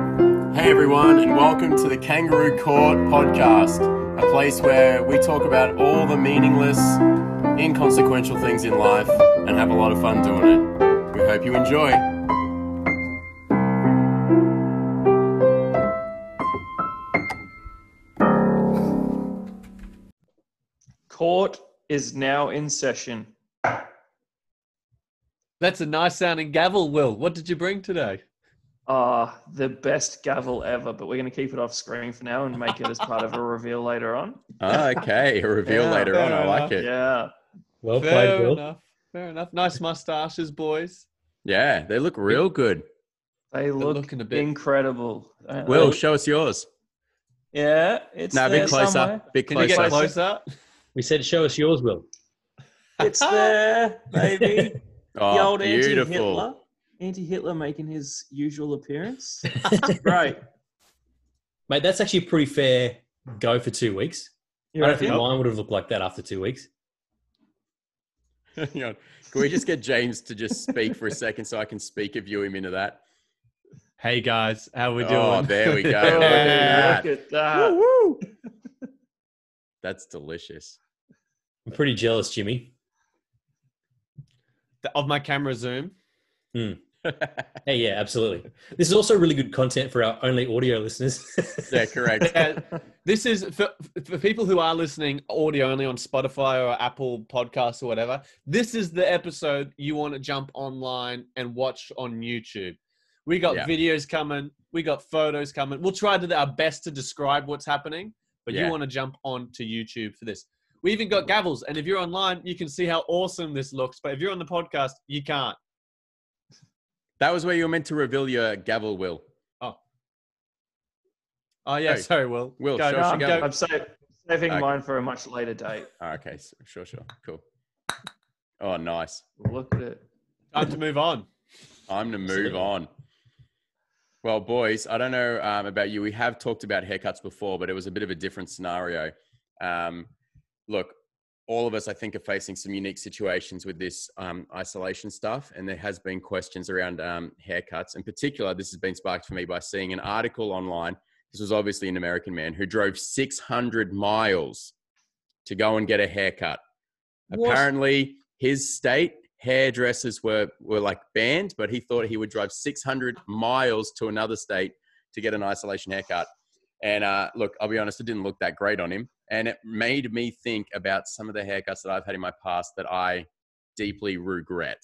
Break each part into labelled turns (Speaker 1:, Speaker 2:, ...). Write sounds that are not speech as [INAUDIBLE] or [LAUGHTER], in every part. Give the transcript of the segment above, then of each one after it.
Speaker 1: G'day, everyone, and welcome to the Kangaroo Court podcast, a place where we talk about all the meaningless, inconsequential things in life and have a lot of fun doing it. We hope you enjoy.
Speaker 2: Court is now in session.
Speaker 3: That's a nice sounding gavel, Will. What did you bring today?
Speaker 2: Ah, the best gavel ever, but we're going to keep it off screen for now and make it as part of a reveal later on.
Speaker 1: Ah, okay, a reveal
Speaker 3: Yeah,
Speaker 1: later on.
Speaker 3: fair
Speaker 1: I
Speaker 3: enough.
Speaker 1: like it. Yeah.
Speaker 2: Yeah.
Speaker 4: Well
Speaker 3: Fair
Speaker 4: played, Will.
Speaker 3: enough. Fair enough. Nice mustaches, boys.
Speaker 1: they look real good.
Speaker 2: They look
Speaker 3: looking a bit-
Speaker 2: incredible. Uh,
Speaker 1: Will,
Speaker 2: look-
Speaker 1: show us yours.
Speaker 2: yeah, it's
Speaker 1: No,
Speaker 2: there
Speaker 1: bit closer.
Speaker 2: somewhere.
Speaker 1: Bit
Speaker 3: Can
Speaker 1: closer.
Speaker 3: you get closer?
Speaker 4: We said, show us yours, Will.
Speaker 2: It's there, baby. the
Speaker 1: Oh,
Speaker 2: old
Speaker 1: beautiful.
Speaker 2: anti-Hitler, anti-Hitler making his usual appearance. [LAUGHS]
Speaker 1: [LAUGHS]
Speaker 2: right.
Speaker 4: Mate, that's actually a pretty fair go for two weeks.
Speaker 2: You
Speaker 4: I don't think
Speaker 2: reckon?
Speaker 4: mine would have looked like that after two weeks.
Speaker 1: Hang on. Can we just get James to just speak for a second so I can speak and view him into that?
Speaker 3: Hey guys, how we doing?
Speaker 1: Oh, there
Speaker 3: [LAUGHS]
Speaker 1: we go.
Speaker 2: Oh,
Speaker 1: Look at that.
Speaker 2: Look at that.
Speaker 1: That's delicious. [LAUGHS]
Speaker 4: I'm pretty jealous, Jimmy.
Speaker 3: of my camera zoom.
Speaker 1: yeah,
Speaker 4: Hey, yeah, absolutely. This is also really good content for our only audio listeners. [LAUGHS]
Speaker 1: correct.
Speaker 3: Yeah, Uh, this is for, for people who are listening audio only on Spotify or Apple Podcasts or whatever. This is the episode you want to jump online and watch on YouTube. We got
Speaker 1: Yeah.
Speaker 3: videos coming, we got photos coming. We'll try to do our best to describe what's happening, but
Speaker 1: Yeah.
Speaker 3: you want to jump on to YouTube for this. We even got gavels, and if you're online, you can see how awesome this looks. But if you're on the podcast, you can't.
Speaker 1: That was where you were meant to reveal your gavel, Will.
Speaker 3: Oh yeah,
Speaker 1: Hey,
Speaker 3: sorry, Will.
Speaker 1: Will,
Speaker 3: go,
Speaker 1: show
Speaker 2: No,
Speaker 1: us
Speaker 3: go,
Speaker 1: your
Speaker 2: I'm,
Speaker 1: go.
Speaker 2: I'm sa- saving
Speaker 1: Okay.
Speaker 2: mine for a much later date.
Speaker 1: Oh, okay, s- sure, sure. Cool. Oh, nice.
Speaker 2: Look at it.
Speaker 3: Time to move on.
Speaker 1: Time to move
Speaker 4: Absolutely.
Speaker 1: on. Well, boys, I don't know um, about you. We have talked about haircuts before, but it was a bit of a different scenario. Um, look, all of us, I think, are facing some unique situations with this um, isolation stuff, and there has been questions around um, haircuts. In particular, this has been sparked for me by seeing an article online. This was obviously an American man who drove 600 miles to go and get a haircut. Apparently, his state hairdressers were were like banned, but he thought he would drive 600 miles to another state to get an isolation haircut. And uh, look, I'll be honest, it didn't look that great on him, and it made me think about some of the haircuts that I've had in my past that I deeply regret.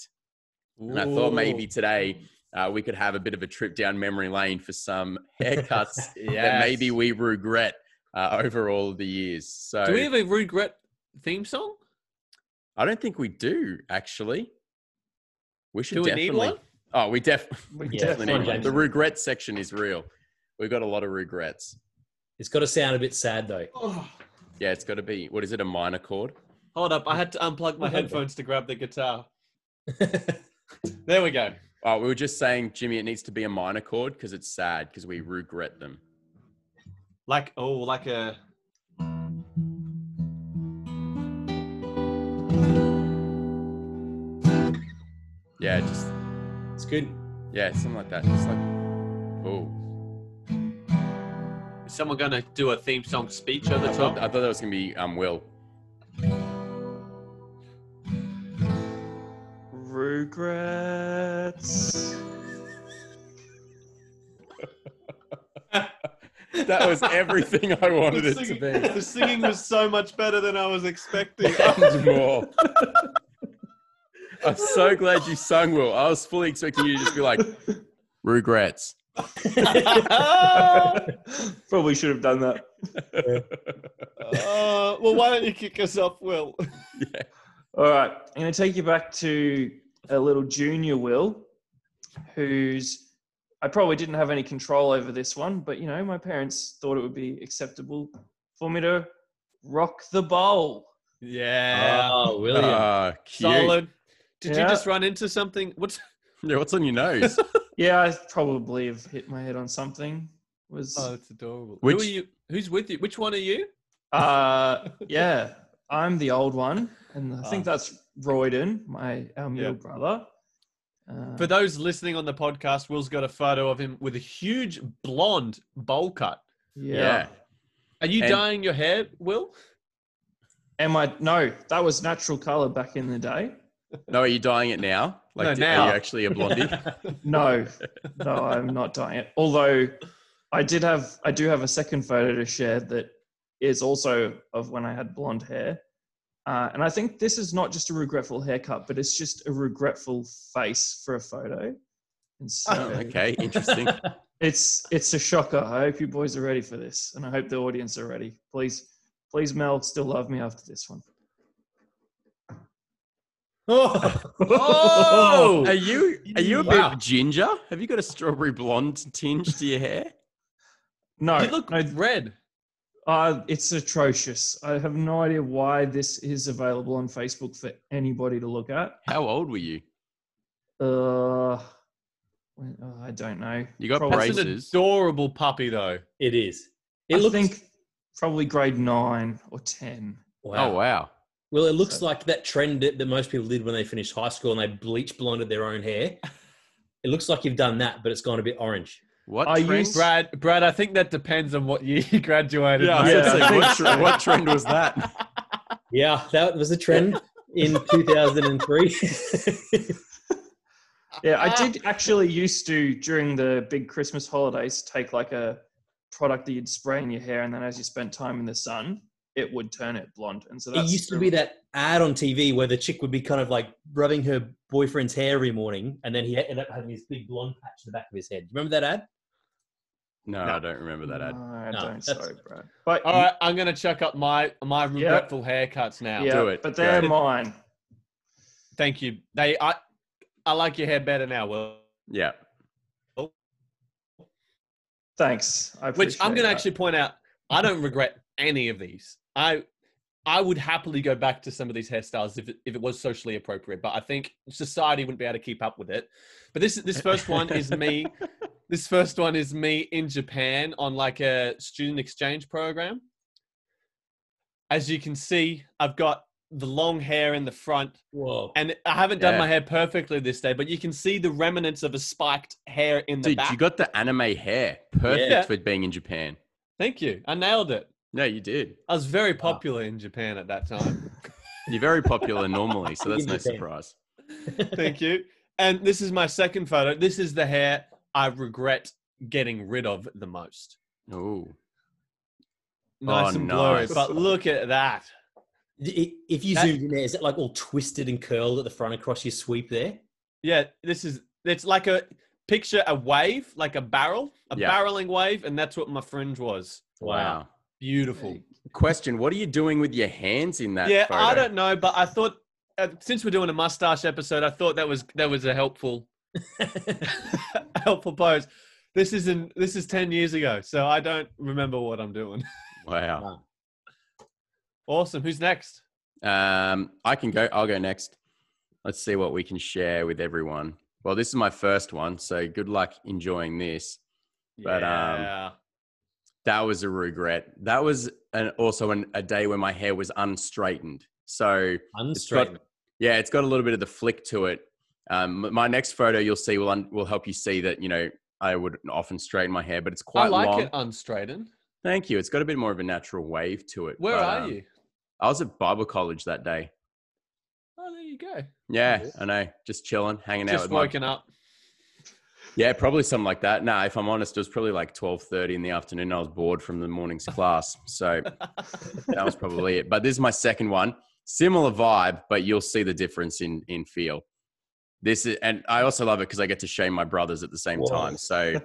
Speaker 1: And I thought maybe today uh, we could have a bit of a trip down memory lane for some
Speaker 3: [LAUGHS]
Speaker 1: haircuts that maybe we regret uh, over all of the years. So
Speaker 3: Do we have a regret theme song?
Speaker 1: I don't think we do actually. We should
Speaker 3: Do we
Speaker 1: definitely.
Speaker 3: need one?
Speaker 1: Oh, we def- [LAUGHS]
Speaker 2: We
Speaker 4: Yeah,
Speaker 1: definitely
Speaker 4: fine,
Speaker 1: need one.
Speaker 4: James.
Speaker 1: The regret section is real. We've got a lot of regrets.
Speaker 4: It's got to sound a bit sad, though.
Speaker 3: [SIGHS]
Speaker 4: [LAUGHS]
Speaker 1: Yeah, it's got to be. What is it? A minor chord?
Speaker 3: Hold up, I had to unplug my
Speaker 4: Okay.
Speaker 3: headphones to grab the guitar. There we go.
Speaker 1: Oh, we were just saying, Jimmy, it needs to be a minor chord because it's sad because we regret them.
Speaker 3: Like oh, like a
Speaker 1: Yeah, just
Speaker 4: it's good.
Speaker 1: yeah, something like that. Just like oh,
Speaker 3: is someone gonna do a theme song speech
Speaker 1: I
Speaker 3: over the
Speaker 1: thought,
Speaker 3: top?
Speaker 1: I thought that was gonna be um Will.
Speaker 2: Regrets.
Speaker 1: [LAUGHS] That was
Speaker 3: [LAUGHS]
Speaker 1: everything I wanted it to be.
Speaker 3: the singing was so much better than I
Speaker 1: [LAUGHS]
Speaker 3: was expecting.
Speaker 1: and more. I'm so glad you sung, Will. I was fully expecting you to just be like, regrets.
Speaker 3: uh,
Speaker 2: [LAUGHS] Probably should have done that.
Speaker 3: well, why don't you kick us off, Will?
Speaker 2: All right, I'm going to take you back to a little junior Will, who's I probably didn't have any control over this one, but you know my parents thought it would be acceptable for me to rock the bowl.
Speaker 3: Yeah,
Speaker 4: Oh, William.
Speaker 1: Ah, cute.
Speaker 3: solid. Uh, Did
Speaker 2: Yeah.
Speaker 3: you just run into something? What's
Speaker 1: Yeah, what's on your nose?
Speaker 2: Yeah, I probably have hit my head on something. Was
Speaker 3: oh, that's adorable.
Speaker 1: Which-
Speaker 3: Who are you? Who's with you? Which one are you? [LAUGHS]
Speaker 2: uh yeah, I'm the old one, and I think
Speaker 3: Ah.
Speaker 2: that's Royden, my our middle brother. Uh,
Speaker 3: For those listening on the podcast, Will's got a photo of him with a huge blonde bowl cut.
Speaker 2: yeah.
Speaker 1: Yeah.
Speaker 3: Are you
Speaker 1: And-
Speaker 3: dyeing your hair, Will?
Speaker 2: Am I? No, that was natural color back in the day.
Speaker 1: No, are you dying it now? Like,
Speaker 3: No,
Speaker 1: d-
Speaker 3: now.
Speaker 1: are you actually a blondie?
Speaker 2: No, no, I'm not dying it. Although I did have, I do have a second photo to share that is also of when I had blonde hair. Uh, and I think this is not just a regretful haircut, but it's just a regretful face for a photo. And so
Speaker 1: oh, okay, interesting.
Speaker 2: it's it's a shocker. I hope you boys are ready for this, and I hope the audience are ready. Please, please, Mel, still love me after this one.
Speaker 4: oh,
Speaker 3: Oh!
Speaker 1: Are you are you a bit
Speaker 3: Wow.
Speaker 1: ginger? Have you got a strawberry blonde tinge to your hair?
Speaker 2: No,
Speaker 3: you look
Speaker 2: no,
Speaker 3: red.
Speaker 2: Uh, it's atrocious. I have no idea why this is available on Facebook for anybody to look at.
Speaker 1: How old were you?
Speaker 2: Uh, when- oh, I don't know.
Speaker 1: You got
Speaker 2: Probably-
Speaker 3: That's an
Speaker 1: braces.
Speaker 3: adorable puppy, though.
Speaker 4: it is. It
Speaker 2: I
Speaker 4: looks.
Speaker 2: think probably grade nine or ten.
Speaker 4: wow.
Speaker 1: Oh wow.
Speaker 4: Well, it looks like that trend that, that most people did when they finished high school and they bleach blonded their own hair. It looks like you've done that, but it's gone a bit orange.
Speaker 1: What
Speaker 2: Are you
Speaker 1: trend?
Speaker 2: s-
Speaker 3: Brad, Brad, I think that depends on what year [LAUGHS] you graduated.
Speaker 1: Yeah, I was
Speaker 2: Yeah,
Speaker 1: gonna say,
Speaker 2: I think
Speaker 1: what,
Speaker 2: so.
Speaker 1: tre- what trend was that?
Speaker 4: Yeah, that was a trend in [LAUGHS] 2003.
Speaker 2: Yeah, I
Speaker 4: Ah.
Speaker 2: did actually used to during the big Christmas holidays take like a product that you'd spray in your hair, and then as you spent time in the sun, it would turn it blonde. And so
Speaker 4: it
Speaker 2: that's
Speaker 4: used to
Speaker 2: the-
Speaker 4: be that ad on TV where the chick would be kind of like rubbing her boyfriend's hair every morning, and then he ended up having this big blonde patch in the back of his head. Do you remember that ad?
Speaker 1: No,
Speaker 2: No.
Speaker 1: I don't remember that ad.
Speaker 2: No, I
Speaker 4: No,
Speaker 2: don't.
Speaker 4: that's-
Speaker 2: Sorry, Brad. But
Speaker 3: All right, I'm gonna chuck up my my regretful haircuts now.
Speaker 2: yeah,
Speaker 1: Do it.
Speaker 2: but they're
Speaker 1: Great.
Speaker 2: mine.
Speaker 3: Thank you. They, I, I like your hair better now, Will.
Speaker 1: Yeah.
Speaker 2: Thanks. I
Speaker 3: Which I'm
Speaker 2: appreciate
Speaker 3: gonna
Speaker 2: that.
Speaker 3: actually point out. I don't regret any of these. I, I would happily go back to some of these hairstyles if it, if it was socially appropriate. But I think society wouldn't be able to keep up with it. But this this first one
Speaker 1: [LAUGHS]
Speaker 3: is me. This first one is me in Japan on like a student exchange program. As you can see, I've got the long hair in the front
Speaker 4: Whoa.
Speaker 3: And I haven't done
Speaker 1: Yeah.
Speaker 3: my hair perfectly this day, but you can see the remnants of a spiked hair in the
Speaker 1: Dude,
Speaker 3: back.
Speaker 1: you got the anime hair. Perfect
Speaker 3: Yeah.
Speaker 1: for being in Japan.
Speaker 3: Thank you. I nailed it.
Speaker 1: No, you did.
Speaker 3: I was
Speaker 1: Ah.
Speaker 3: very popular in Japan at
Speaker 1: [LAUGHS]
Speaker 3: that time.
Speaker 1: You're very popular normally, so that's
Speaker 4: In
Speaker 1: no
Speaker 4: Japan.
Speaker 1: surprise.
Speaker 3: Thank you. And this is my second photo. This is the hair I regret getting rid of the most.
Speaker 1: Oh.
Speaker 3: Nice
Speaker 1: Oh,
Speaker 3: and
Speaker 1: no.
Speaker 3: blurry, but look at that.
Speaker 4: I- If you
Speaker 3: That-
Speaker 4: zoomed in there, is it like all twisted and curled at the front across your sweep there?
Speaker 3: Yeah, this is it's like a picture a wave, like a barrel, a
Speaker 1: Yeah.
Speaker 3: barreling wave, and that's what my fringe was.
Speaker 1: Wow.
Speaker 3: Beautiful.
Speaker 1: Question: What are you doing with your hands in that?
Speaker 3: yeah, I
Speaker 1: photo?
Speaker 3: don't know, but I thought uh, since we're doing a mustache episode, I thought that was that was a helpful [LAUGHS] helpful pose. This is in this is ten years ago, so I don't remember what I'm doing. [LAUGHS]
Speaker 1: Wow.
Speaker 3: Awesome. Who's next?
Speaker 1: Um, I can go. I'll go next. Let's see what we can share with everyone. Well, this is my first one, so good luck enjoying this. But, um, That was a regret. That was an, also an, a day when my hair was unstraightened. So
Speaker 4: Unstraightened.
Speaker 1: yeah, it's got a little bit of the flick to it. Um, m- my next photo you'll see will un- will help you see that you know I would often straighten my hair, but it's quite
Speaker 3: I like
Speaker 1: long.
Speaker 3: it unstraightened.
Speaker 1: Thank you. It's got a bit more of a natural wave to it.
Speaker 3: Where
Speaker 1: but,
Speaker 3: are
Speaker 1: um,
Speaker 3: you?
Speaker 1: I was at Bible college that day.
Speaker 3: Oh, there you go.
Speaker 1: Yeah,
Speaker 4: Nice.
Speaker 1: I know. Just chilling, hanging out
Speaker 3: Just
Speaker 1: with my
Speaker 3: woken up.
Speaker 1: Yeah, probably something like that. No, if I'm honest, it was probably like twelve thirty in the afternoon. I was bored from the
Speaker 3: [LAUGHS]
Speaker 1: morning's class, so that was probably it. But this is my second one, similar vibe, but you'll see the difference in in feel. This is, and I also love it because I get to shame my brothers at the same
Speaker 4: Whoa.
Speaker 1: time. So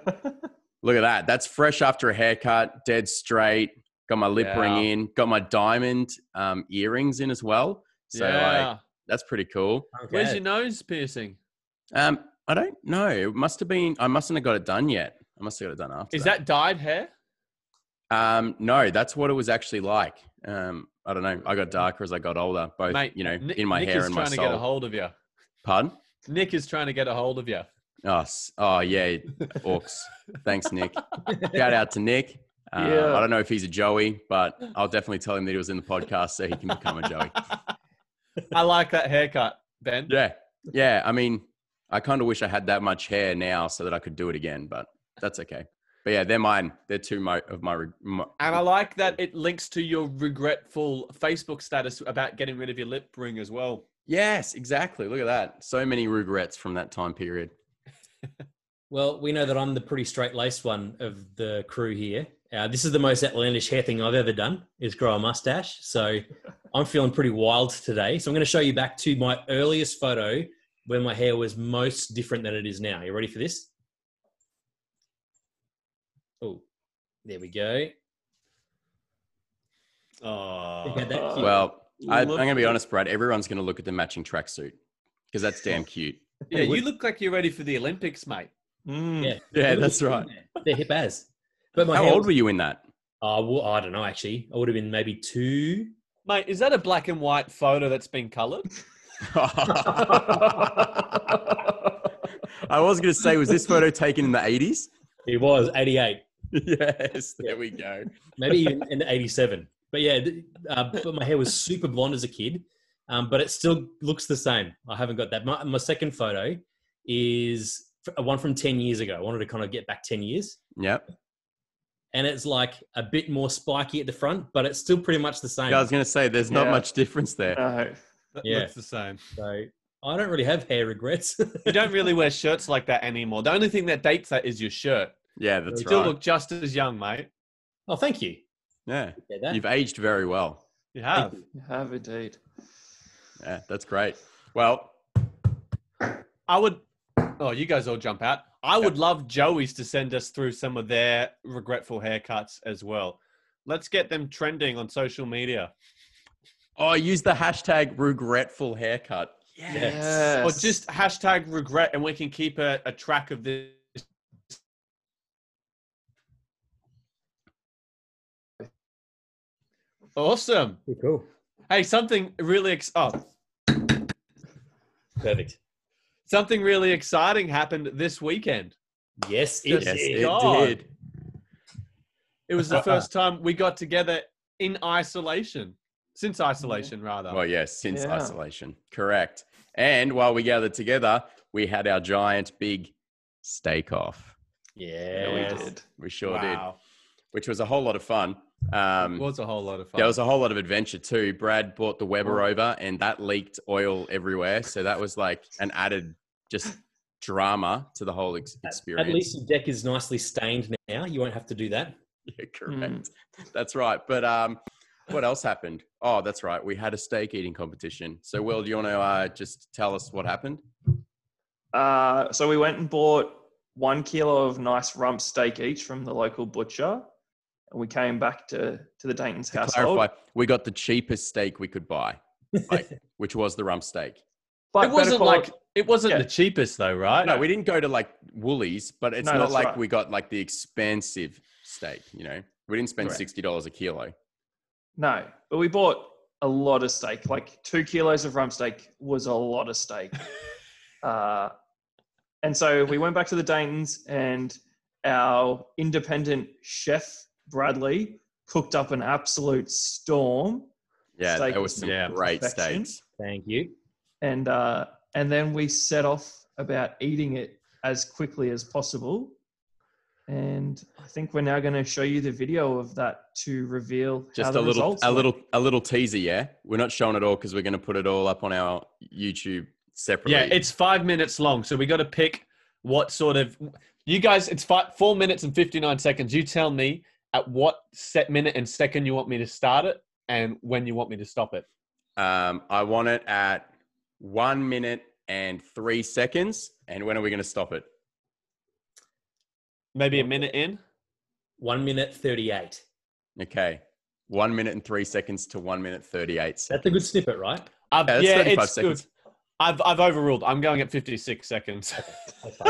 Speaker 1: look at that. That's fresh after a haircut, dead straight. Got my lip ring
Speaker 3: Yeah.
Speaker 1: in. Got my diamond um, earrings in as well. So
Speaker 3: yeah.
Speaker 1: like, that's pretty cool.
Speaker 4: Okay.
Speaker 3: Where's your nose piercing?
Speaker 1: Um, I don't know. It must have been. I mustn't have got it done yet. I must have got it done after.
Speaker 3: Is that dyed hair?
Speaker 1: Um, no, that's what it was actually like. Um, I don't know. I got darker as I got older, both
Speaker 3: Mate,
Speaker 1: you know,
Speaker 3: Nick,
Speaker 1: in my
Speaker 3: Nick
Speaker 1: hair
Speaker 3: is
Speaker 1: and my
Speaker 3: trying
Speaker 1: soul.
Speaker 3: to get a hold of you.
Speaker 1: Pardon?
Speaker 3: Nick is trying to get a hold of you.
Speaker 1: Oh, s- oh yeah, orcs. Thanks, Nick. Shout out to Nick. Uh,
Speaker 2: Yeah.
Speaker 1: I don't know if he's a Joey, but I'll definitely tell him that he was in the podcast so he can become a Joey.
Speaker 3: [LAUGHS] I like that haircut, Ben.
Speaker 1: Yeah, yeah. I mean, I kind of wish I had that much hair now so that I could do it again, but that's okay. But yeah, they're mine. They're two mo- of my, reg- my.
Speaker 3: And I like that it links to your regretful Facebook status about getting rid of your lip ring as well.
Speaker 1: Yes, exactly. Look at that. So many regrets from that time period.
Speaker 4: Well, we know that I'm the pretty straight laced one of the crew here. Uh, this is the most outlandish hair thing I've ever done is grow a mustache. So I'm feeling pretty wild today. So I'm going to show you back to my earliest photo where my hair was most different than it is now. You ready for this? Oh, there we go.
Speaker 3: Oh,
Speaker 4: Yeah, that-
Speaker 1: Well, I, I'm
Speaker 2: Look-
Speaker 1: going to be honest, Brad. Everyone's going to look at the matching tracksuit because that's damn cute.
Speaker 3: yeah, you look like you're ready for the Olympics, mate.
Speaker 2: Mm.
Speaker 4: Yeah.
Speaker 1: [LAUGHS] Yeah, that's
Speaker 4: [LAUGHS]
Speaker 1: right.
Speaker 4: They're hip as. But my
Speaker 1: How
Speaker 4: hair
Speaker 1: old were
Speaker 4: was-
Speaker 1: you in [LAUGHS] that?
Speaker 4: Oh, well, I don't know, actually. I would have been maybe two.
Speaker 3: Mate, is that a black and white photo that's been coloured?
Speaker 1: I was going to say, was this photo taken in the 80s?
Speaker 4: It was 88.
Speaker 1: [LAUGHS] Yes, there we go.
Speaker 4: maybe even in 87 but yeah th- uh, but my hair was super blonde as a kid um, but it still looks the same i haven't got that my, my second photo is f- one from 10 years ago i wanted to kind of get back 10 years
Speaker 1: Yep.
Speaker 4: and it's like a bit more spiky at the front but it's still pretty much the same
Speaker 1: Yeah, I was going to say, there's not
Speaker 2: Yeah.
Speaker 1: much difference there.
Speaker 2: No.
Speaker 3: That
Speaker 4: Yeah.
Speaker 3: looks the same.
Speaker 4: so i don't really have hair regrets [LAUGHS]
Speaker 3: You don't really wear shirts like that anymore. The only thing that dates that is your shirt.
Speaker 1: Yeah,
Speaker 3: You
Speaker 1: that's
Speaker 3: still
Speaker 1: right.
Speaker 3: look just as young, mate.
Speaker 4: oh thank you
Speaker 1: yeah,
Speaker 4: yeah, that,
Speaker 1: you've aged very well.
Speaker 3: You have.
Speaker 2: You have indeed.
Speaker 1: Yeah, that's great. Well,
Speaker 3: I would. Oh, you guys all jump out. I would love Joey's to send us through some of their regretful haircuts as well. Let's get them trending on social media,
Speaker 1: oh, use the hashtag regretful haircut.
Speaker 2: Yes.
Speaker 3: or just hashtag regret, and we can keep a, a track of this. Awesome.
Speaker 4: cool
Speaker 3: Hey, something really ex- oh,
Speaker 4: perfect
Speaker 3: something really exciting happened this weekend.
Speaker 4: yes it
Speaker 3: Yes,
Speaker 1: Yes,
Speaker 4: did.
Speaker 1: it
Speaker 3: God.
Speaker 1: did.
Speaker 3: It was [LAUGHS] the first time we got together in isolation, since isolation rather.
Speaker 1: Well, yes, since
Speaker 2: Yeah.
Speaker 1: isolation. Correct. And while we gathered together, we had our giant big steak off.
Speaker 4: yeah
Speaker 2: Yeah, we
Speaker 3: Yes.
Speaker 2: did.
Speaker 1: We sure did,
Speaker 3: wow,
Speaker 1: which was a whole lot of fun. Um,
Speaker 3: it was a whole lot of fun.
Speaker 1: There was a whole lot of adventure too. Brad brought the Weber over and that leaked oil everywhere. So that was like an added just drama to the whole ex- experience.
Speaker 4: at least the deck is nicely stained now you won't have to do that
Speaker 1: [LAUGHS] Yeah,
Speaker 2: Mm.
Speaker 3: Mm.
Speaker 1: correct. That's right. But um, what else happened? Oh, that's right. We had a steak eating competition. So, Will, do you want to uh, just tell us what happened?
Speaker 2: Uh, so we went and bought one kilo of nice rump steak each from the local butcher, and we came back to to the Dayton's
Speaker 1: To
Speaker 2: household.
Speaker 1: clarify, we got the cheapest steak we could buy,
Speaker 2: [LAUGHS]
Speaker 1: like, which was the rump steak.
Speaker 2: But
Speaker 3: it
Speaker 2: better
Speaker 3: wasn't
Speaker 2: quali-
Speaker 3: like it wasn't
Speaker 2: Yeah.
Speaker 3: the cheapest though, right?
Speaker 1: No, we didn't go to like Woolies, but it's
Speaker 2: No,
Speaker 1: not
Speaker 2: that's
Speaker 1: like
Speaker 2: right.
Speaker 1: we got like the expensive steak, you know? We didn't spend
Speaker 2: Correct.
Speaker 1: $60 a kilo.
Speaker 2: no, but we bought a lot of steak. Like two kilos of rump steak was a lot of
Speaker 1: [LAUGHS]
Speaker 2: steak. uh, and so we went back to the Dayton's, and our independent chef Bradley cooked up an absolute storm.
Speaker 1: Yeah,
Speaker 2: Steak
Speaker 1: there was
Speaker 2: was
Speaker 1: some
Speaker 3: Yeah.
Speaker 1: great
Speaker 2: perfection.
Speaker 1: steaks.
Speaker 4: thank you
Speaker 2: and uh, and then we set off about eating it as quickly as possible. And I think we're now going to show you the video of that to reveal how
Speaker 1: Just a
Speaker 2: the
Speaker 1: little,
Speaker 2: results
Speaker 1: a
Speaker 2: went.
Speaker 1: little, a little teaser. Yeah, we're not showing it all because we're going to put it all up on our YouTube separately.
Speaker 3: Yeah, it's five minutes long, so we got to pick what sort of. You guys, it's five, four minutes and fifty nine seconds. You tell me at what set minute and second you want me to start it, and when you want me to stop it.
Speaker 1: Um, I want it at one minute and three seconds. And when are we going to stop it?
Speaker 3: Maybe a minute in.
Speaker 4: one minute 38
Speaker 1: Okay, one minute and three seconds to one minute thirty-eight seconds.
Speaker 4: That's a good snippet, right?
Speaker 3: I've,
Speaker 1: Yeah, that's
Speaker 3: yeah,
Speaker 1: 35
Speaker 3: it's
Speaker 1: seconds.
Speaker 3: good. I've I've overruled. I'm going at fifty
Speaker 1: [LAUGHS]
Speaker 3: six seconds [LAUGHS]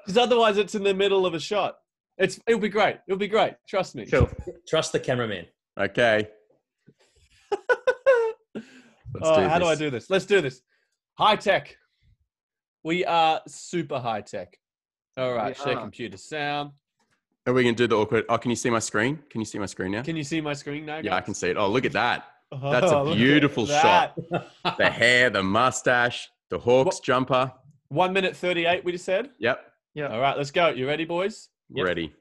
Speaker 3: because otherwise it's in the middle of a shot. It's it'll be great. It'll be great. Trust me.
Speaker 2: Cool.
Speaker 4: Trust the cameraman.
Speaker 3: [LAUGHS]
Speaker 1: Okay. Let's
Speaker 3: Oh, how do I
Speaker 1: this.
Speaker 3: do this? Let's do this. High tech. We are super high tech. All right,
Speaker 2: We
Speaker 3: share
Speaker 2: are.
Speaker 3: computer sound.
Speaker 1: Are we going to do the awkward? Oh, can you see my screen? Can you see my screen now?
Speaker 3: Can you see my screen now?
Speaker 1: yeah, I
Speaker 3: guys?
Speaker 1: can see it. Oh, look at that.
Speaker 3: Oh,
Speaker 1: That's a
Speaker 3: look at
Speaker 1: beautiful
Speaker 3: [LAUGHS] that.
Speaker 1: The hair, the mustache. The Hawks
Speaker 3: What-
Speaker 1: jumper.
Speaker 3: One minute thirty-eight. We just said.
Speaker 1: Yep.
Speaker 3: All right, let's go. You ready, boys? Yep.
Speaker 1: Ready.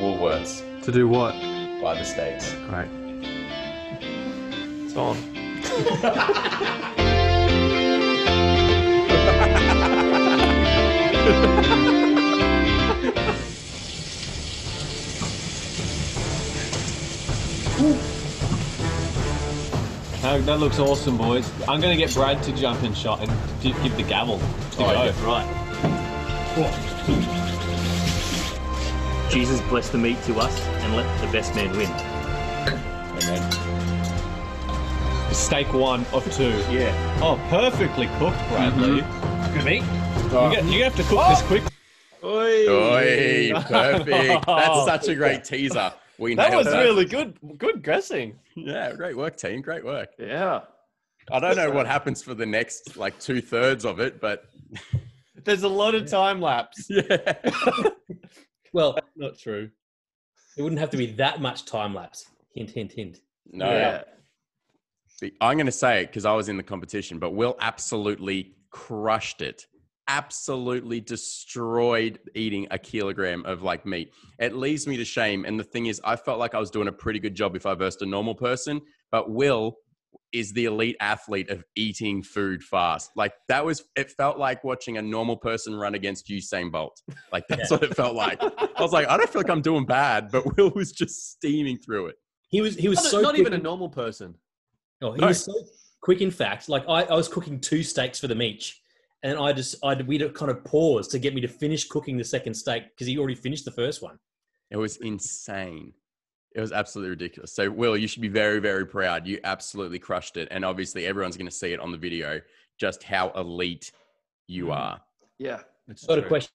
Speaker 1: Woolworths
Speaker 5: To do what?
Speaker 1: by the states.
Speaker 5: Great.
Speaker 2: It's on.
Speaker 6: that looks awesome, boys. I'm going to get Brad to jump in shot and gi- give the gavel to go.
Speaker 7: Oh, Right. Jesus bless the meat to us and let the best man win.
Speaker 6: Steak one of two. Yeah. Oh, perfectly cooked, Bradley.
Speaker 7: Mm-hmm.
Speaker 6: Good meat. You, get, you have to cook
Speaker 7: Oh!
Speaker 6: this quick.
Speaker 2: Oi.
Speaker 1: Oi,
Speaker 3: [LAUGHS]
Speaker 1: perfect. That's such a great teaser. We
Speaker 3: That
Speaker 1: nailed
Speaker 3: was really good. Good guessing.
Speaker 1: Yeah, great work, team. Great work.
Speaker 2: Yeah.
Speaker 1: I don't know what happens for the next like two thirds of it,
Speaker 3: [LAUGHS]
Speaker 1: but
Speaker 3: There's a lot of time lapse.
Speaker 1: yeah.
Speaker 4: Well,
Speaker 3: Not true.
Speaker 4: it wouldn't have to be that much time lapse. Hint, hint, hint.
Speaker 1: No,
Speaker 2: Yeah.
Speaker 1: The- I'm going to say it because I was in the competition, but Will absolutely crushed it. Absolutely destroyed eating a kilogram of like meat. It leaves me to shame. And the thing is, I felt like I was doing a pretty good job if I versed a normal person, but Will is the elite athlete of eating food fast. Like that was, it felt like watching a normal person run against Usain Bolt. Like that's what it felt like. I was like, I don't feel like I'm doing bad, but [LAUGHS] Will was just steaming through it.
Speaker 4: He was he was
Speaker 3: Not,
Speaker 4: so
Speaker 3: not
Speaker 4: quick
Speaker 3: even a
Speaker 4: in-
Speaker 3: normal person.
Speaker 4: Oh, he
Speaker 1: No.
Speaker 4: was so quick. In fact, like I, I was cooking two steaks for them each, and I just I we kind of paused to get me to finish cooking the second steak because he already finished the first one.
Speaker 1: It was insane. It was absolutely ridiculous. So, Will, you should be very, very proud. You absolutely crushed it. And obviously, everyone's going to see it on the video just how elite you
Speaker 3: Mm-hmm.
Speaker 2: Mhm.
Speaker 1: are.
Speaker 2: Yeah.
Speaker 3: It's
Speaker 4: Got a question.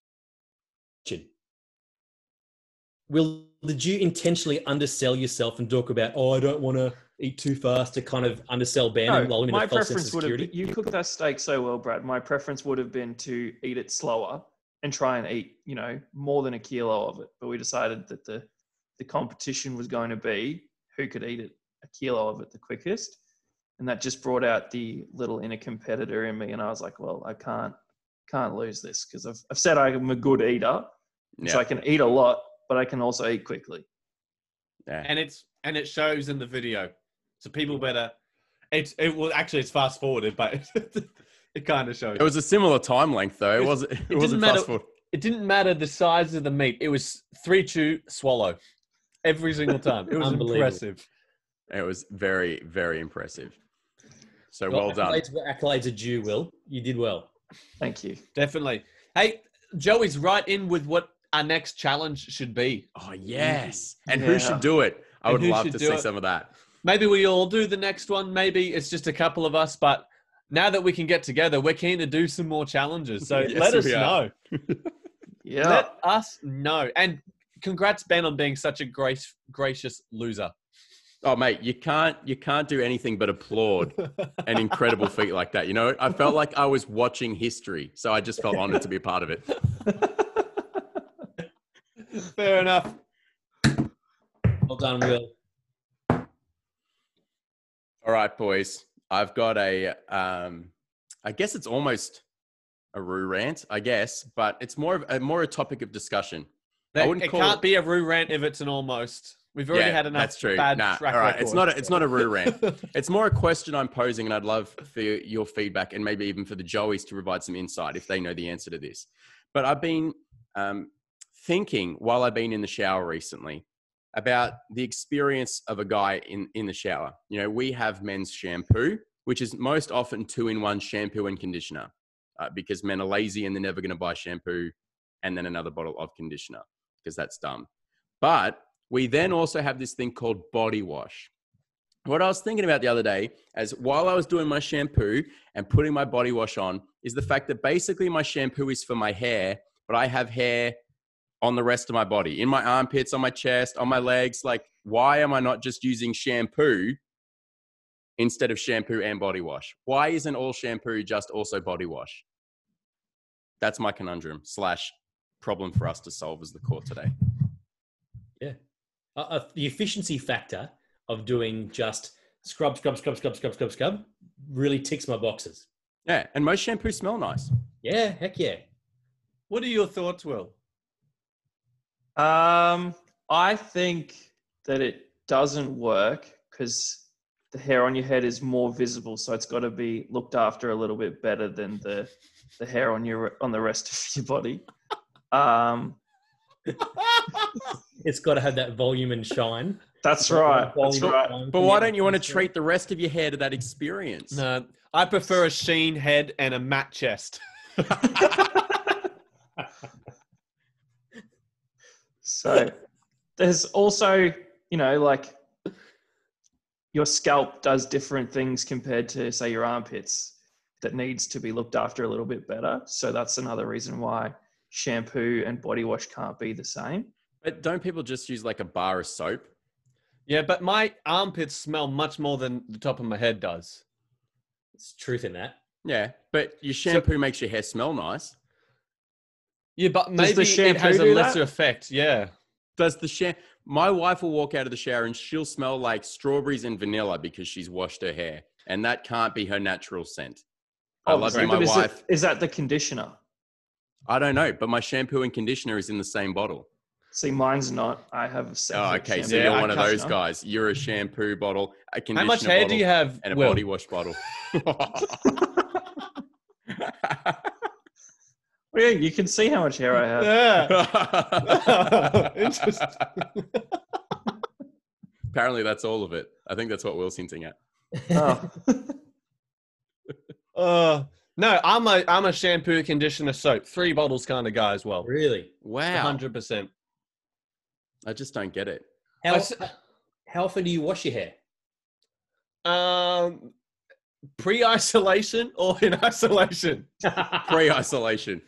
Speaker 4: Will did you intentionally undersell yourself and talk about oh I don't want to eat too fast to kind of undersell Ben and lull
Speaker 2: No,
Speaker 4: him
Speaker 2: my
Speaker 4: into false sense of
Speaker 2: preference would have
Speaker 4: security?
Speaker 2: been, you cooked that steak so well, Brad. My preference would have been to eat it slower and try and eat, you know, more than a kilo of it. But we decided that the the competition was going to be who could eat it a kilo of it the quickest. And that just brought out the little inner competitor in me. And I was like, well, I can't can't lose this because I've, I've said I'm a good eater.
Speaker 1: Yeah.
Speaker 2: So I can eat a lot, but I can also eat quickly.
Speaker 1: yeah.
Speaker 3: and it's and it shows in the video so people better it's it will actually it's fast forwarded but [LAUGHS] it kind of shows
Speaker 1: It was a similar time length, though. It,
Speaker 3: It was-
Speaker 1: was, not it
Speaker 3: didn't
Speaker 1: wasn't
Speaker 3: matter-
Speaker 1: fast forward.
Speaker 3: it didn't matter the size of the meat it was three chew swallow every single time it was
Speaker 4: Unbelievable.
Speaker 3: impressive
Speaker 1: It was very, very impressive. So,
Speaker 4: Well,
Speaker 1: well done.
Speaker 4: Accolades, accolades are due. Will you did well?
Speaker 2: Thank you.
Speaker 3: definitely hey joey's right in with what our next challenge should be
Speaker 1: Oh, yes. And who
Speaker 2: Yeah.
Speaker 1: should do it? I
Speaker 3: And
Speaker 1: would
Speaker 3: who
Speaker 1: love
Speaker 3: should
Speaker 1: to
Speaker 3: do
Speaker 1: see
Speaker 3: it?
Speaker 1: some of that.
Speaker 3: maybe we all do the next one maybe it's just a couple of us but now that we can get together we're keen to do some more challenges so
Speaker 1: [LAUGHS] Yes,
Speaker 3: let us
Speaker 1: we are.
Speaker 3: know
Speaker 2: Yeah.
Speaker 3: Let us know. And congrats, Ben, on being such a grace, gracious loser.
Speaker 1: Oh mate, you can't you can't do anything but applaud an incredible
Speaker 3: [LAUGHS]
Speaker 1: feat like that. You know, I felt like I was watching history, so I just felt honored to be a part of it.
Speaker 3: Fair enough.
Speaker 4: Well done, Will.
Speaker 1: All right, boys, I've got a um, I guess it's almost a rue rant, I guess, but it's more of a more a topic of discussion. I
Speaker 3: That-
Speaker 1: wouldn't
Speaker 3: it
Speaker 1: call
Speaker 3: can't
Speaker 1: it-
Speaker 3: be a rue rant if it's an almost. We've already had enough
Speaker 1: That's true.
Speaker 3: bad
Speaker 1: Nah,
Speaker 3: track
Speaker 1: all right,
Speaker 3: record.
Speaker 1: it's not a, it's not a rue
Speaker 3: [LAUGHS]
Speaker 1: rant. It's more a question I'm posing, and I'd love for your feedback and maybe even for the Joeys to provide some insight if they know the answer to this. But I've been um, thinking while I've been in the shower recently about the experience of a guy in, in the shower. You know, we have men's shampoo, which is most often two in one shampoo and conditioner uh, because men are lazy and they're never going to buy shampoo and then another bottle of conditioner because that's dumb. But we then also have this thing called body wash what I was thinking about the other day, as while I was doing my shampoo and putting my body wash on, is the fact that basically my shampoo is for my hair, but I have hair on the rest of my body, in my armpits, on my chest, on my legs. Like, why am I not just using shampoo instead of shampoo and body wash? Why isn't all shampoo just also body wash? That's my conundrum slash problem for us to solve as the court today.
Speaker 4: Uh, uh, the efficiency factor of doing just scrub, scrub, scrub, scrub, scrub, scrub, scrub really ticks my boxes.
Speaker 1: Yeah, and most shampoos smell nice.
Speaker 4: Yeah, heck yeah.
Speaker 3: What are your thoughts, Will?
Speaker 2: Um, I think that it doesn't work because the hair on your head is more visible, so it's got to be looked after a little bit better than the the hair on your on the rest [LAUGHS] of your body. Um,
Speaker 4: It's got to have that volume and shine.
Speaker 2: that's right. That's
Speaker 4: Volume
Speaker 2: right.
Speaker 4: and shine
Speaker 1: But
Speaker 4: for
Speaker 1: why
Speaker 4: the-
Speaker 1: don't you want to treat the rest of your hair to that experience?
Speaker 3: No, I prefer a sheen head and a matte chest.
Speaker 2: So there's also, you know, like your scalp does different things compared to, say, your armpits that needs to be looked after a little bit better. So that's another reason why shampoo and body wash can't be the same.
Speaker 1: But don't people just use like a bar of soap?
Speaker 3: Yeah, but my armpits smell much more than the top of my head does.
Speaker 4: There's truth in that.
Speaker 1: Yeah, but your shampoo makes your hair smell nice.
Speaker 3: Yeah, but
Speaker 2: Does the
Speaker 3: maybe it has
Speaker 2: shampoo
Speaker 3: a
Speaker 2: do
Speaker 3: lesser
Speaker 2: that?
Speaker 3: effect. Yeah.
Speaker 1: Does the sham? My wife will walk out of the shower and she'll smell like strawberries and vanilla because she's washed her hair, and that can't be her natural scent. I
Speaker 3: Oh,
Speaker 1: love you,
Speaker 2: Obviously,
Speaker 1: my
Speaker 2: but is it-
Speaker 1: wife.
Speaker 2: is that the conditioner?
Speaker 1: I don't know, but my shampoo and conditioner is in the same bottle.
Speaker 2: See, mine's not. I have a separate
Speaker 1: Oh, okay, so
Speaker 2: shampoo
Speaker 1: you're
Speaker 3: I
Speaker 1: one of
Speaker 2: conditioner.
Speaker 1: those guys. You're a shampoo bottle, a conditioner
Speaker 3: How much hair
Speaker 1: bottle,
Speaker 3: do you have?
Speaker 1: and a
Speaker 3: Will?
Speaker 1: body wash bottle. [LAUGHS]
Speaker 3: [LAUGHS]
Speaker 2: Well, yeah, you can see how much hair I
Speaker 1: [LAUGHS]
Speaker 2: have.
Speaker 3: Yeah. [LAUGHS] Interesting.
Speaker 1: Apparently, that's all of it. I think that's what Will's hinting at.
Speaker 2: Oh.
Speaker 3: Uh, no, I'm a I'm a shampoo, conditioner, soap, three bottles kind of guy as well.
Speaker 4: Really?
Speaker 1: Wow,
Speaker 3: Hundred percent.
Speaker 1: I just don't get it.
Speaker 4: How,
Speaker 3: I s-
Speaker 4: how often do you wash your hair?
Speaker 3: Um, pre-isolation or in [LAUGHS] isolation?
Speaker 1: Pre-isolation.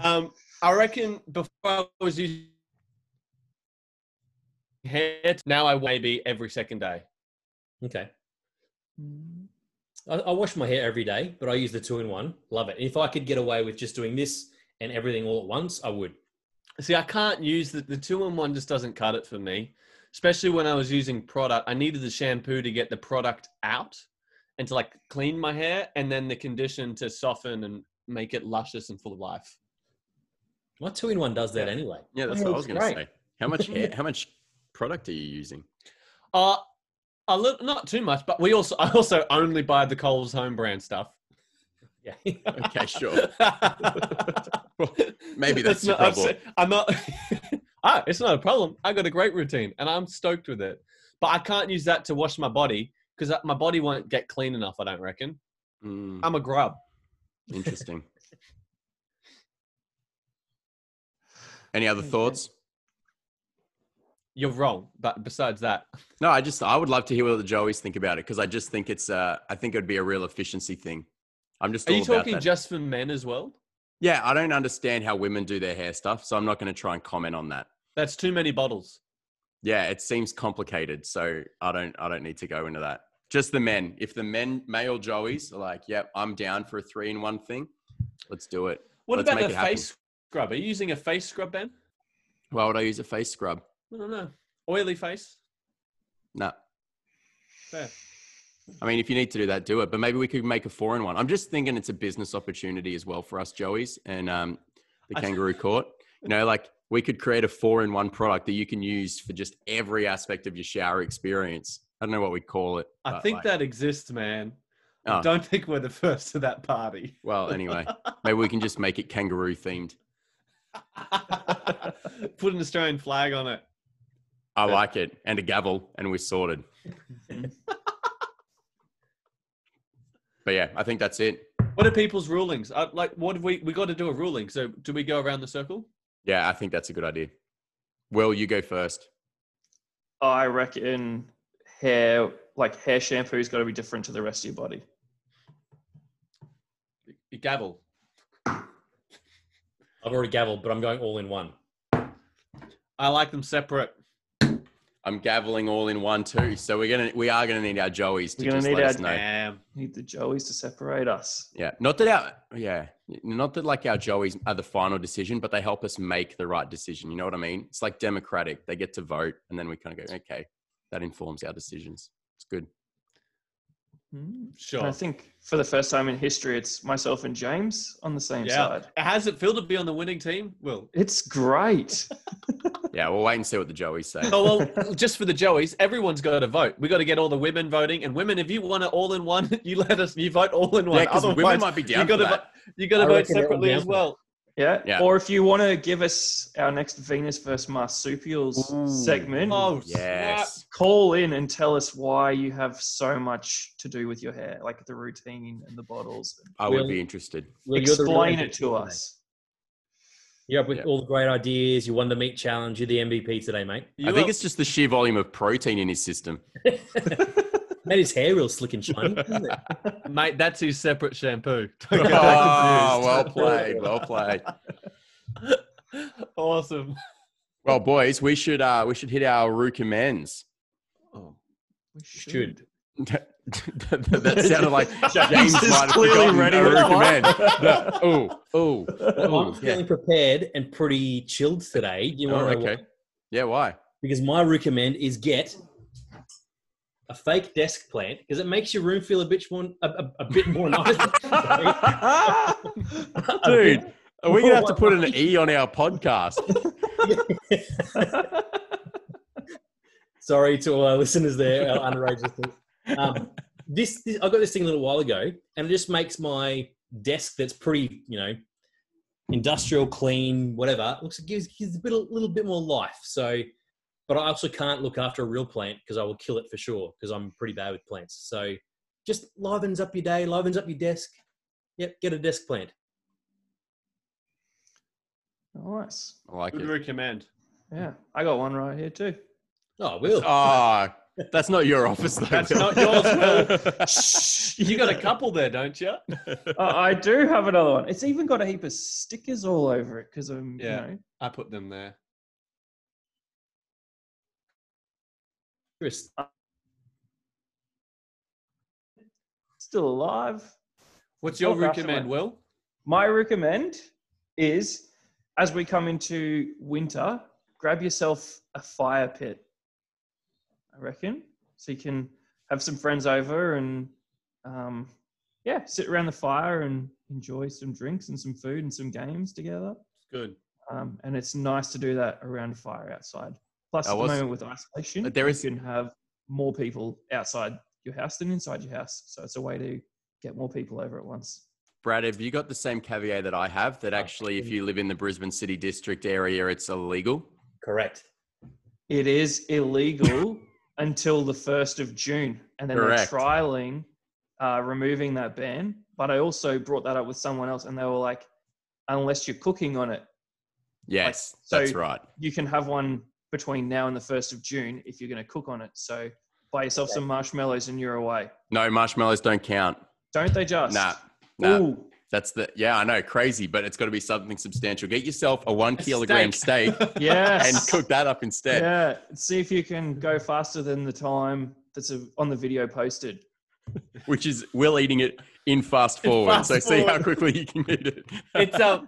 Speaker 3: Um, I reckon before I was using hair. Now I maybe every second day.
Speaker 4: Okay. I, I wash my hair every day, but I use the two in one. Love it. If I could get away with just doing this and everything all at once, I would.
Speaker 3: See, I can't use the the two in one. Just doesn't cut it for me. Especially when I was using product, I needed the shampoo to get the product out and to like clean my hair, and then the condition to soften and make it luscious and full of life.
Speaker 4: My two in one does that anyway. [LAUGHS]
Speaker 1: Yeah, that's
Speaker 4: Yeah,
Speaker 1: what I was
Speaker 4: it's
Speaker 1: going to
Speaker 4: great.
Speaker 1: say. How much hair, how much product are you using?
Speaker 3: Uh, a little, not too much, but we also [LAUGHS] I also only buy the Coles home brand stuff.
Speaker 4: Yeah.
Speaker 1: Okay, sure. Well, [LAUGHS] maybe that's your
Speaker 3: not, I'm
Speaker 1: problem.
Speaker 3: sa- I'm not. [LAUGHS] ah, it's not a problem. I got a great routine, and I'm stoked with it. But I can't use that to wash my body because my body won't get clean enough. I don't reckon.
Speaker 1: Mm,
Speaker 3: I'm a grub.
Speaker 1: interesting. Any other thoughts?
Speaker 3: You're wrong. But besides that,
Speaker 1: No, I just I would love to hear what the Joeys think about it because I just think it's uh I think it would be a real efficiency thing. I'm just
Speaker 3: are
Speaker 1: all
Speaker 3: you
Speaker 1: about
Speaker 3: talking
Speaker 1: that.
Speaker 3: just for men as well?
Speaker 1: yeah, I don't understand how women do their hair stuff, so I'm not going to try and comment on that.
Speaker 3: That's too many bottles.
Speaker 1: Yeah, it seems complicated, so I don't I don't need to go into that. Just the men. If the men male Joeys are like, "Yep, I'm down for a three in one thing," let's do it.
Speaker 3: What
Speaker 1: Let's
Speaker 3: about
Speaker 1: make
Speaker 3: the
Speaker 1: it happen.
Speaker 3: face scrub? Are you using a face scrub, Ben?
Speaker 1: Why would I use a face scrub?
Speaker 3: I don't know. Oily face.
Speaker 1: No.
Speaker 3: Fair.
Speaker 1: I mean, if you need to do that, do it. But maybe we could make a four in one. I'm just thinking it's a business opportunity as well for us, Joey's and um, the
Speaker 3: I-
Speaker 1: Kangaroo Court. You know, like we could create a four in one product that you can use for just every aspect of your shower experience. I don't know what we call it.
Speaker 3: I
Speaker 1: but,
Speaker 3: think
Speaker 1: like-
Speaker 3: that exists, man. I
Speaker 1: Oh.
Speaker 3: don't think we're the first to that party.
Speaker 1: Well,
Speaker 3: [LAUGHS]
Speaker 1: anyway, maybe we can just make it kangaroo themed.
Speaker 3: [LAUGHS] Put an Australian flag on it.
Speaker 1: I like it. And a gavel, and we're
Speaker 3: [LAUGHS]
Speaker 1: sorted. but yeah, I think that's it.
Speaker 3: What are people's rulings? Uh, like, what have we we got to do a ruling? So, do we go around the circle?
Speaker 1: Yeah, I think that's a good idea. Will, you go first.
Speaker 2: I reckon hair, like hair shampoo's got to be different to the rest of your body.
Speaker 3: You gavel.
Speaker 4: I've already gavelled, but I'm going all in one.
Speaker 3: I like them separate.
Speaker 1: I'm gaveling all in one too. So we're gonna we are gonna need our joeys to
Speaker 2: We're gonna
Speaker 1: just
Speaker 2: need
Speaker 1: let
Speaker 2: our-
Speaker 1: us know.
Speaker 3: Damn.
Speaker 2: Need the joeys to separate us.
Speaker 1: Yeah, not that our yeah, not that like our joeys are the final decision, but they help us make the right decision. You know what I mean? It's like democratic. They get to vote, and then we kind of go, okay, that informs our decisions. It's good.
Speaker 4: Hmm.
Speaker 2: Mm. And I
Speaker 3: Sure.
Speaker 2: think for the first time in history, it's myself and James on the same
Speaker 3: Yeah.
Speaker 2: side.
Speaker 3: How's it feel to be on the winning team? Will.
Speaker 2: It's
Speaker 4: [LAUGHS]
Speaker 2: great.
Speaker 1: Yeah, we'll wait and see what the Joeys say.
Speaker 3: Oh well, [LAUGHS] just for the Joeys, everyone's got to vote. We got to get all the women voting. And women, if you want it all in one, [LAUGHS] you let us. You vote all in one.
Speaker 1: yeah, because women
Speaker 3: Otherwise,
Speaker 1: might be
Speaker 3: you
Speaker 1: down
Speaker 3: got
Speaker 1: for
Speaker 3: to
Speaker 1: that.
Speaker 3: vo- you got to
Speaker 4: I
Speaker 3: vote
Speaker 4: reckon they're all
Speaker 3: separately
Speaker 4: down
Speaker 3: as
Speaker 4: for that.
Speaker 3: well.
Speaker 2: Yeah.
Speaker 1: Yeah.
Speaker 2: Or if you want to give us our next Venus versus Marsupials segment,
Speaker 3: Oh
Speaker 1: Yes.
Speaker 2: call in and tell us why you have so much to do with your hair, like the routine and the bottles.
Speaker 1: I would
Speaker 4: Will-
Speaker 1: be interested.
Speaker 4: Well, you're the
Speaker 2: Explain
Speaker 4: real
Speaker 2: it to
Speaker 4: MVP
Speaker 2: us.
Speaker 4: You're up with
Speaker 1: Yeah.
Speaker 4: all the great ideas. You won the meat challenge. You're the MVP today, mate.
Speaker 3: snap.
Speaker 1: I
Speaker 3: You
Speaker 1: think
Speaker 3: are-
Speaker 1: it's just the sheer volume of protein in his system.
Speaker 4: Made his hair real slick
Speaker 1: [LAUGHS]
Speaker 4: and shiny. isn't it?
Speaker 3: mate. That's his separate shampoo. [LAUGHS]
Speaker 1: oh, well played. Ah, Well played.
Speaker 3: [LAUGHS] awesome.
Speaker 1: Well, boys, we should uh, we should hit our recommends. [LAUGHS]
Speaker 2: We
Speaker 4: Should.
Speaker 1: that, that- that sounded like James
Speaker 2: is
Speaker 1: might have
Speaker 2: clearly
Speaker 1: forgotten
Speaker 2: ready
Speaker 1: a
Speaker 2: with the
Speaker 1: recommend. Oh, oh,
Speaker 4: I'm
Speaker 1: oh, yeah.
Speaker 4: feeling prepared and pretty chilled today. Do You
Speaker 1: Oh,
Speaker 4: want to know
Speaker 1: okay.
Speaker 4: why?
Speaker 1: Yeah, why?
Speaker 4: Because my recommend is get a fake desk plant because it makes your room feel a bit more a, a, a bit more
Speaker 1: [LAUGHS]
Speaker 4: nice. [LAUGHS] Sorry.
Speaker 2: Ah!
Speaker 4: [LAUGHS] A bit
Speaker 1: Dude, are we going to have to put an E on our podcast?
Speaker 4: Sorry to all our listeners there, our underage listeners. Um, this, this I got this thing a little while ago, and it just makes my desk that's pretty, you know, industrial, clean, whatever. Looks it gives gives a bit a little bit more life. So, but I also can't look after a real plant because I will kill it for sure because I'm pretty bad with plants. So, just livens up your day, livens up your desk. Yep, get a desk plant.
Speaker 2: Nice.
Speaker 1: I like
Speaker 3: Would
Speaker 1: it.
Speaker 3: recommend.
Speaker 2: Yeah. I got one right here too.
Speaker 4: [LAUGHS] Oh, I will.
Speaker 1: Ah, that's not your office, though.
Speaker 3: That's
Speaker 1: Will.
Speaker 3: not yours, Will. You got a couple there, don't you?
Speaker 2: Uh, I do have another one. It's even got a heap of stickers all over it because I'm,
Speaker 3: Yeah.
Speaker 2: you know,
Speaker 3: I put them there.
Speaker 4: Chris,
Speaker 2: still alive.
Speaker 3: What's your
Speaker 2: Oh, after
Speaker 3: recommend,
Speaker 2: mine.
Speaker 3: Will?
Speaker 2: My recommend is as we come into winter, grab yourself a fire pit, I reckon. So you can have some friends over and, um, yeah, sit around the fire and enjoy some drinks and some food and some games together.
Speaker 3: Good.
Speaker 2: Um, and it's nice to do that around a fire outside. Plus,
Speaker 1: I
Speaker 2: at
Speaker 1: was-
Speaker 2: the moment with isolation,
Speaker 1: But there is-
Speaker 2: you can have more people outside your house than inside your house. So it's a way to get more people over at once.
Speaker 1: Brad, have you got the same caveat that I have? That actually, if you live in the Brisbane City District area, it's illegal.
Speaker 4: correct.
Speaker 2: It is
Speaker 1: [LAUGHS]
Speaker 2: illegal until the 1st of June. And then
Speaker 1: Correct.
Speaker 2: they're trialing uh, removing that ban. But I also brought that up with someone else and they were like, unless you're cooking on it,
Speaker 1: Yes,
Speaker 2: so-
Speaker 1: that's right.
Speaker 2: you can have one between now and the 1st of June if you're going to cook on it. So buy yourself some marshmallows and you're away.
Speaker 1: No, marshmallows don't count.
Speaker 2: Don't they just?
Speaker 1: Nah, nah.
Speaker 2: Ooh,
Speaker 1: That's the yeah, I know, crazy, but it's got to be something substantial. Get yourself a one kilogram steak, [LAUGHS] and
Speaker 2: yes.
Speaker 1: cook that up instead.
Speaker 2: Yeah. See if you can go faster than the time that's uh, on the video posted.
Speaker 1: which is Will eating it in fast forward.
Speaker 3: fast
Speaker 1: so see how
Speaker 3: forward.
Speaker 1: quickly you can eat [LAUGHS] it.
Speaker 3: It's um,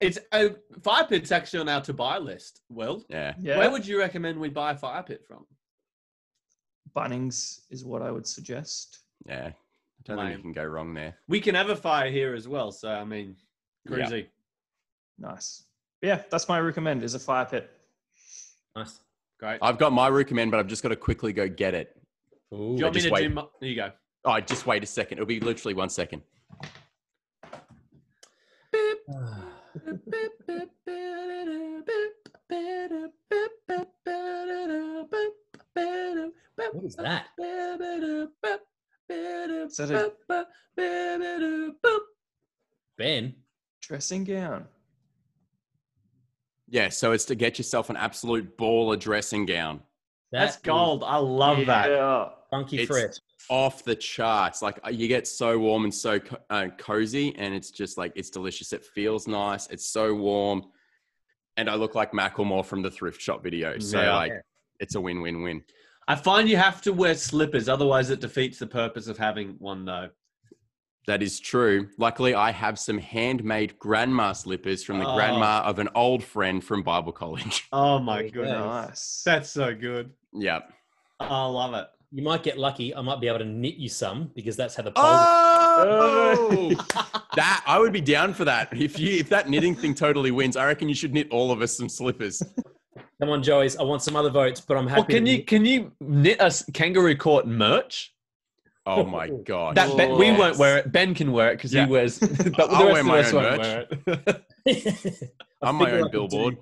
Speaker 3: it's uh, fire pit's actually on our to buy list. Will,
Speaker 1: yeah.
Speaker 2: Yeah.
Speaker 3: where would you recommend we buy a fire pit from?
Speaker 2: Bunnings is what I would suggest.
Speaker 1: Yeah. Don't think
Speaker 3: Lame.
Speaker 1: you can go wrong there.
Speaker 3: We can have a fire here as well. So I mean,
Speaker 1: Yeah.
Speaker 3: crazy.
Speaker 2: Nice. Yeah, that's my recommend is a fire pit.
Speaker 4: Nice.
Speaker 3: Great.
Speaker 1: I've got my recommend, but I've just got to quickly go get it.
Speaker 4: Ooh.
Speaker 3: Do you want me
Speaker 1: just
Speaker 3: to
Speaker 1: wait.
Speaker 3: do? My, there you go.
Speaker 1: Oh, just wait a second. It'll be literally one [LAUGHS] second.
Speaker 4: [SIGHS] what is that?
Speaker 2: Is that a
Speaker 4: Ben?
Speaker 2: dressing gown?
Speaker 1: Yeah, so it's to get yourself an absolute baller dressing gown.
Speaker 3: That's
Speaker 4: is
Speaker 3: gold. I love that.
Speaker 2: Yeah.
Speaker 4: Funky
Speaker 1: It's-
Speaker 4: fresh.
Speaker 1: Off the charts. Like uh, you get so warm and so co- uh, cozy, and it's just like, it's delicious. It feels nice. It's so warm. And I look like Macklemore from the thrift shop video. So,
Speaker 3: Yeah.
Speaker 1: like, it's a win win win.
Speaker 3: I find you have to wear slippers, otherwise it defeats the purpose of having one though.
Speaker 1: That is true. Luckily, I have some handmade grandma slippers from the
Speaker 3: Oh.
Speaker 1: grandma of an old friend from Bible college. [LAUGHS]
Speaker 3: Oh my
Speaker 4: There you go.
Speaker 3: goodness.
Speaker 2: Nice.
Speaker 3: That's so good.
Speaker 1: yeah.
Speaker 3: I love it.
Speaker 4: You might get lucky. I might be able to knit you some because that's how the poll.
Speaker 1: Oh,
Speaker 3: [LAUGHS]
Speaker 1: that I would be down for that. If you if that knitting thing totally wins, I reckon you should knit all of us some slippers.
Speaker 4: Come on, Joey's. I want some other votes, but I'm happy.
Speaker 3: Well, can
Speaker 4: to
Speaker 3: you
Speaker 4: knit.
Speaker 3: can you knit us kangaroo court merch?
Speaker 1: Oh my god,
Speaker 3: That ben, we
Speaker 1: yes.
Speaker 3: won't wear it. Ben can wear it because
Speaker 1: Yeah.
Speaker 3: he wears. [LAUGHS] But the
Speaker 1: I'll wear
Speaker 3: rest of
Speaker 1: my
Speaker 3: us
Speaker 1: own
Speaker 3: won't wear
Speaker 1: [LAUGHS]
Speaker 3: it.
Speaker 4: [LAUGHS] I
Speaker 1: I'm my
Speaker 4: figure
Speaker 1: own
Speaker 4: I could do-
Speaker 1: billboard.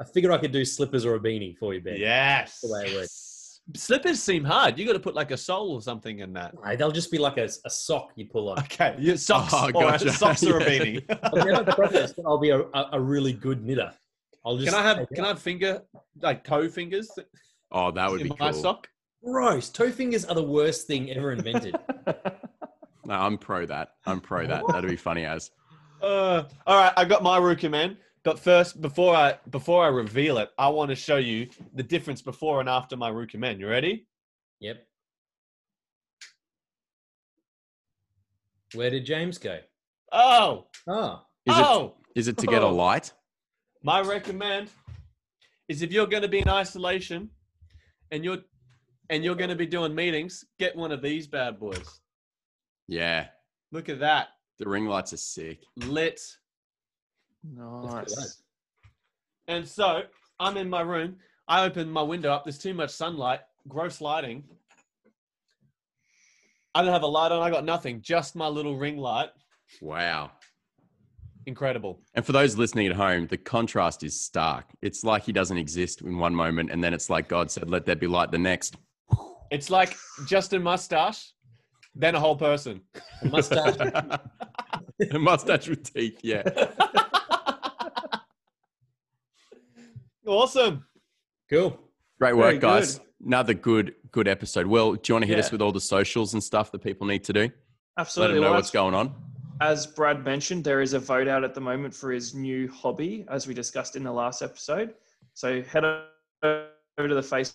Speaker 4: I figure I could do slippers or a beanie for you,
Speaker 3: [LAUGHS]
Speaker 4: Ben.
Speaker 3: yes.
Speaker 4: That's the way it works.
Speaker 3: Slippers seem hard. You got to put like a sole or something in that.
Speaker 4: Right, they'll just be like a, a sock you pull
Speaker 3: [LAUGHS]
Speaker 4: on.
Speaker 3: Okay, your socks
Speaker 1: Oh,
Speaker 3: or
Speaker 1: gotcha.
Speaker 3: socks or a
Speaker 1: [LAUGHS] Yeah.
Speaker 3: beanie.
Speaker 4: I'll never progress, but I'll be a, a, a really good knitter. I'll just
Speaker 3: can I have can I have finger like toe fingers
Speaker 1: Oh, that would
Speaker 3: in
Speaker 1: be
Speaker 3: my
Speaker 1: cool.
Speaker 3: sock?
Speaker 4: gross. Toe fingers are the worst thing
Speaker 3: [LAUGHS]
Speaker 4: ever invented.
Speaker 1: No, I'm pro that. I'm pro that. That'd be funny as.
Speaker 3: Uh, all right, I got my rookie man. But first, before I before I reveal it, I want to show you the difference before and after my rookie man. You ready?
Speaker 4: yep. Where did James go?
Speaker 3: Oh,
Speaker 4: Oh,
Speaker 1: Is
Speaker 3: oh!
Speaker 1: it is it to get a
Speaker 3: Oh.
Speaker 1: light?
Speaker 3: My recommend is if you're going to be in isolation and you're and you're going to be doing meetings, get one of these bad boys.
Speaker 1: Yeah,
Speaker 3: Look at that,
Speaker 1: the ring lights are sick.
Speaker 3: lit.
Speaker 4: That's
Speaker 2: Nice.
Speaker 3: And so I'm in my room. I open my window up. There's too much sunlight. Gross lighting. I don't have a light on. I got nothing. Just my little ring light.
Speaker 1: Wow.
Speaker 3: Incredible.
Speaker 1: And for those listening at home, the contrast is stark. It's like he doesn't exist in one moment, and then it's like God said, "Let there be light." The next.
Speaker 3: It's like Justin mustache, then a whole person.
Speaker 4: a mustache.
Speaker 1: a [LAUGHS] mustache with teeth. Yeah.
Speaker 3: Awesome.
Speaker 4: cool.
Speaker 1: Great
Speaker 2: Very
Speaker 1: work, guys.
Speaker 2: good.
Speaker 1: Another good, good episode. Well, do you want to hit
Speaker 3: Yeah.
Speaker 1: us with all the socials and stuff that people need to do? Let
Speaker 2: Absolutely.
Speaker 1: them know
Speaker 2: Well,
Speaker 1: what's
Speaker 2: that's-
Speaker 1: going on.
Speaker 2: As Brad mentioned, there is a vote out at the moment for his new hobby, as we discussed in the last episode. So head o- over to the Facebook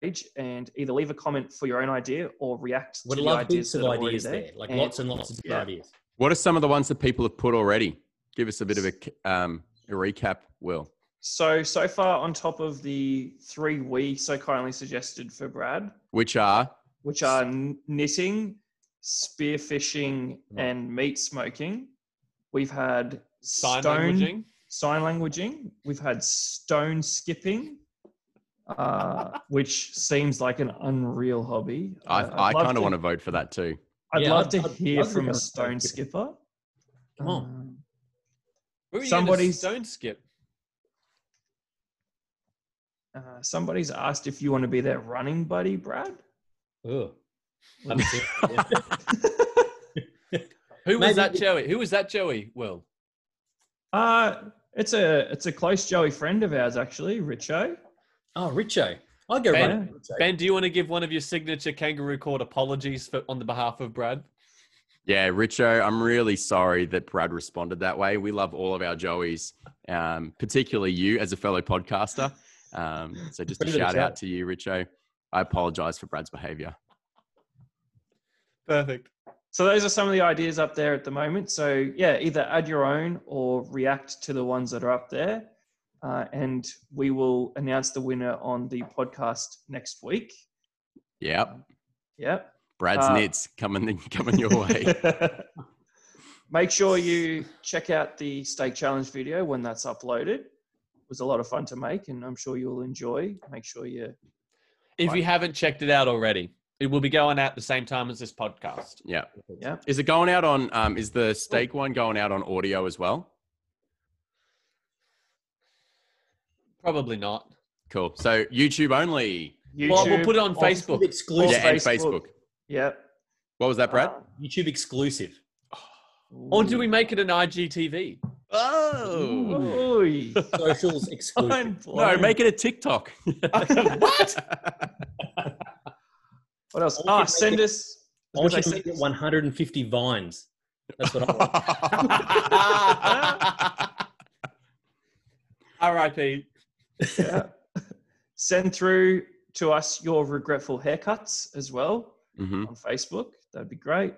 Speaker 2: page and either leave a comment for your own idea or react
Speaker 4: Would
Speaker 2: to
Speaker 4: love
Speaker 2: the ideas
Speaker 4: heaps of
Speaker 2: that are already
Speaker 4: ideas there, like lots and lots of
Speaker 2: yeah.
Speaker 4: ideas.
Speaker 1: What are some of the ones that people have put already? Give us a bit of a, um, a recap, Will.
Speaker 2: So so far, on top of the three we so kindly suggested for Brad,
Speaker 1: Which are
Speaker 2: which are kn- knitting, spearfishing, and meat smoking, we've had
Speaker 3: Sign
Speaker 2: stone
Speaker 3: languaging.
Speaker 2: sign languaging. We've had stone skipping,
Speaker 4: [LAUGHS]
Speaker 2: uh, which seems like an unreal hobby. Uh,
Speaker 1: I,
Speaker 2: I'd
Speaker 1: I,
Speaker 2: love
Speaker 1: kind of
Speaker 2: to-
Speaker 1: want to vote for that too.
Speaker 2: I'd
Speaker 4: Yeah,
Speaker 2: love
Speaker 4: I'd-
Speaker 2: to
Speaker 4: I'd
Speaker 2: hear
Speaker 4: love to
Speaker 2: from
Speaker 4: go
Speaker 2: a
Speaker 4: stone
Speaker 2: stone
Speaker 4: skipping.
Speaker 2: skipper.
Speaker 4: Come on.
Speaker 2: Um,
Speaker 3: Where are you
Speaker 2: Somebody's-
Speaker 3: stone skip.
Speaker 2: uh, somebody's asked if you want to be their running buddy, Brad.
Speaker 4: Ugh. Haven't seen it yet.
Speaker 3: Who was
Speaker 4: Maybe-
Speaker 3: that, Joey? Who was that, Joey? Will.
Speaker 2: Uh, it's a it's a close Joey friend of ours, actually, Richo.
Speaker 4: oh, Richo. I'll go
Speaker 3: Ben-
Speaker 4: running. with Richo.
Speaker 3: Ben, do you want to give one of your signature kangaroo court apologies for, on the behalf of Brad?
Speaker 1: Yeah, Richo, I'm really sorry that Brad responded that way. We love all of our Joeys, um, particularly you as a fellow podcaster. Um, so just a
Speaker 4: Give it a
Speaker 1: shout
Speaker 4: shout.
Speaker 1: out to you, Richo. I apologize for Brad's behavior.
Speaker 3: Perfect.
Speaker 2: So those are some of the ideas up there at the moment. So yeah, either add your own or react to the ones that are up there, uh, and we will announce the winner on the podcast next week.
Speaker 1: Yep.
Speaker 2: Yep.
Speaker 1: Brad's
Speaker 2: Uh,
Speaker 1: nits coming coming your
Speaker 2: [LAUGHS]
Speaker 1: way.
Speaker 2: Make sure you check out the stake challenge video when that's uploaded. It was a lot of fun to make, and I'm sure you'll enjoy. Make sure you
Speaker 3: If
Speaker 1: Right.
Speaker 3: you haven't checked it out already, it will be going out the same time as this podcast.
Speaker 1: yeah.
Speaker 2: yeah.
Speaker 1: Is it going out on? Um, is
Speaker 2: Oh.
Speaker 1: the steak one going out on audio as well?
Speaker 3: Probably not.
Speaker 1: Cool. So YouTube only.
Speaker 2: YouTube.
Speaker 3: Well, we'll put it on Facebook.
Speaker 4: Oh, Exclusive.
Speaker 1: yeah, and
Speaker 2: Facebook.
Speaker 1: Facebook.
Speaker 2: Yep. Uh,
Speaker 1: What was that, Brad?
Speaker 4: YouTube exclusive.
Speaker 3: Or do we make it an IGTV?
Speaker 1: Oh.
Speaker 3: [LAUGHS]
Speaker 2: Ooh.
Speaker 4: Socials exclusive.
Speaker 2: Oh.
Speaker 1: No, make it a TikTok. [LAUGHS] what?
Speaker 2: What else?
Speaker 4: Or we
Speaker 2: Ah,
Speaker 4: could make
Speaker 2: send
Speaker 4: it-
Speaker 2: us.
Speaker 4: I want
Speaker 2: I
Speaker 4: you to
Speaker 2: said-
Speaker 4: make it 150 vines. That's what I
Speaker 1: [LAUGHS]
Speaker 4: want.
Speaker 3: RIP.
Speaker 2: Yeah. uh, Send through to us your regretful haircuts as well
Speaker 1: hmm
Speaker 2: on Facebook. That'd be great.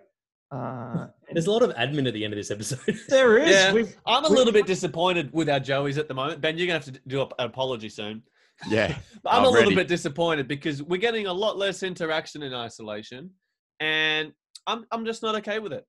Speaker 2: Uh, and
Speaker 4: There's a lot of admin at the end of this episode. [LAUGHS]
Speaker 2: there is.
Speaker 3: Yeah.
Speaker 2: We've,
Speaker 3: I'm a
Speaker 2: We-
Speaker 3: little bit disappointed with our Joeys at the moment. Ben, you're going to have to do a- an apology soon.
Speaker 1: Yeah.
Speaker 3: I'm a little
Speaker 1: Already.
Speaker 3: bit disappointed because we're getting a lot less interaction in isolation, and I'm I'm just not okay with it.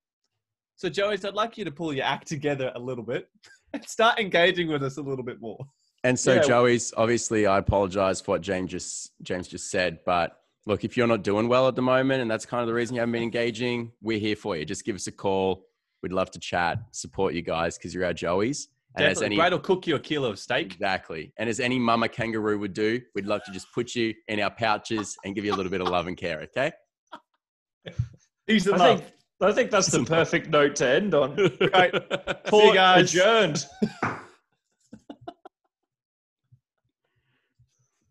Speaker 3: So, Joey's, I'd like you to pull your act together a little bit [LAUGHS] and start engaging with us a little bit more.
Speaker 1: And so
Speaker 2: Yeah.
Speaker 1: Joey's obviously I apologize for what James just James just said, but look, if you're not doing well at the moment and that's kind of the reason you haven't been engaging, we're here for you. Just give us a call. We'd love to chat, support you guys because you're our Joey's. And as
Speaker 3: Definitely,
Speaker 1: any
Speaker 3: Brad will cook you a kilo of steak.
Speaker 1: exactly, and as any mama kangaroo would do, we'd love to just put you in our pouches and give you a little bit of love and care. Okay.
Speaker 3: He's
Speaker 2: I
Speaker 3: enough.
Speaker 2: think, I think that's the perfect note to end on.
Speaker 3: Great. See you
Speaker 2: Court
Speaker 3: guys.
Speaker 2: Adjourned.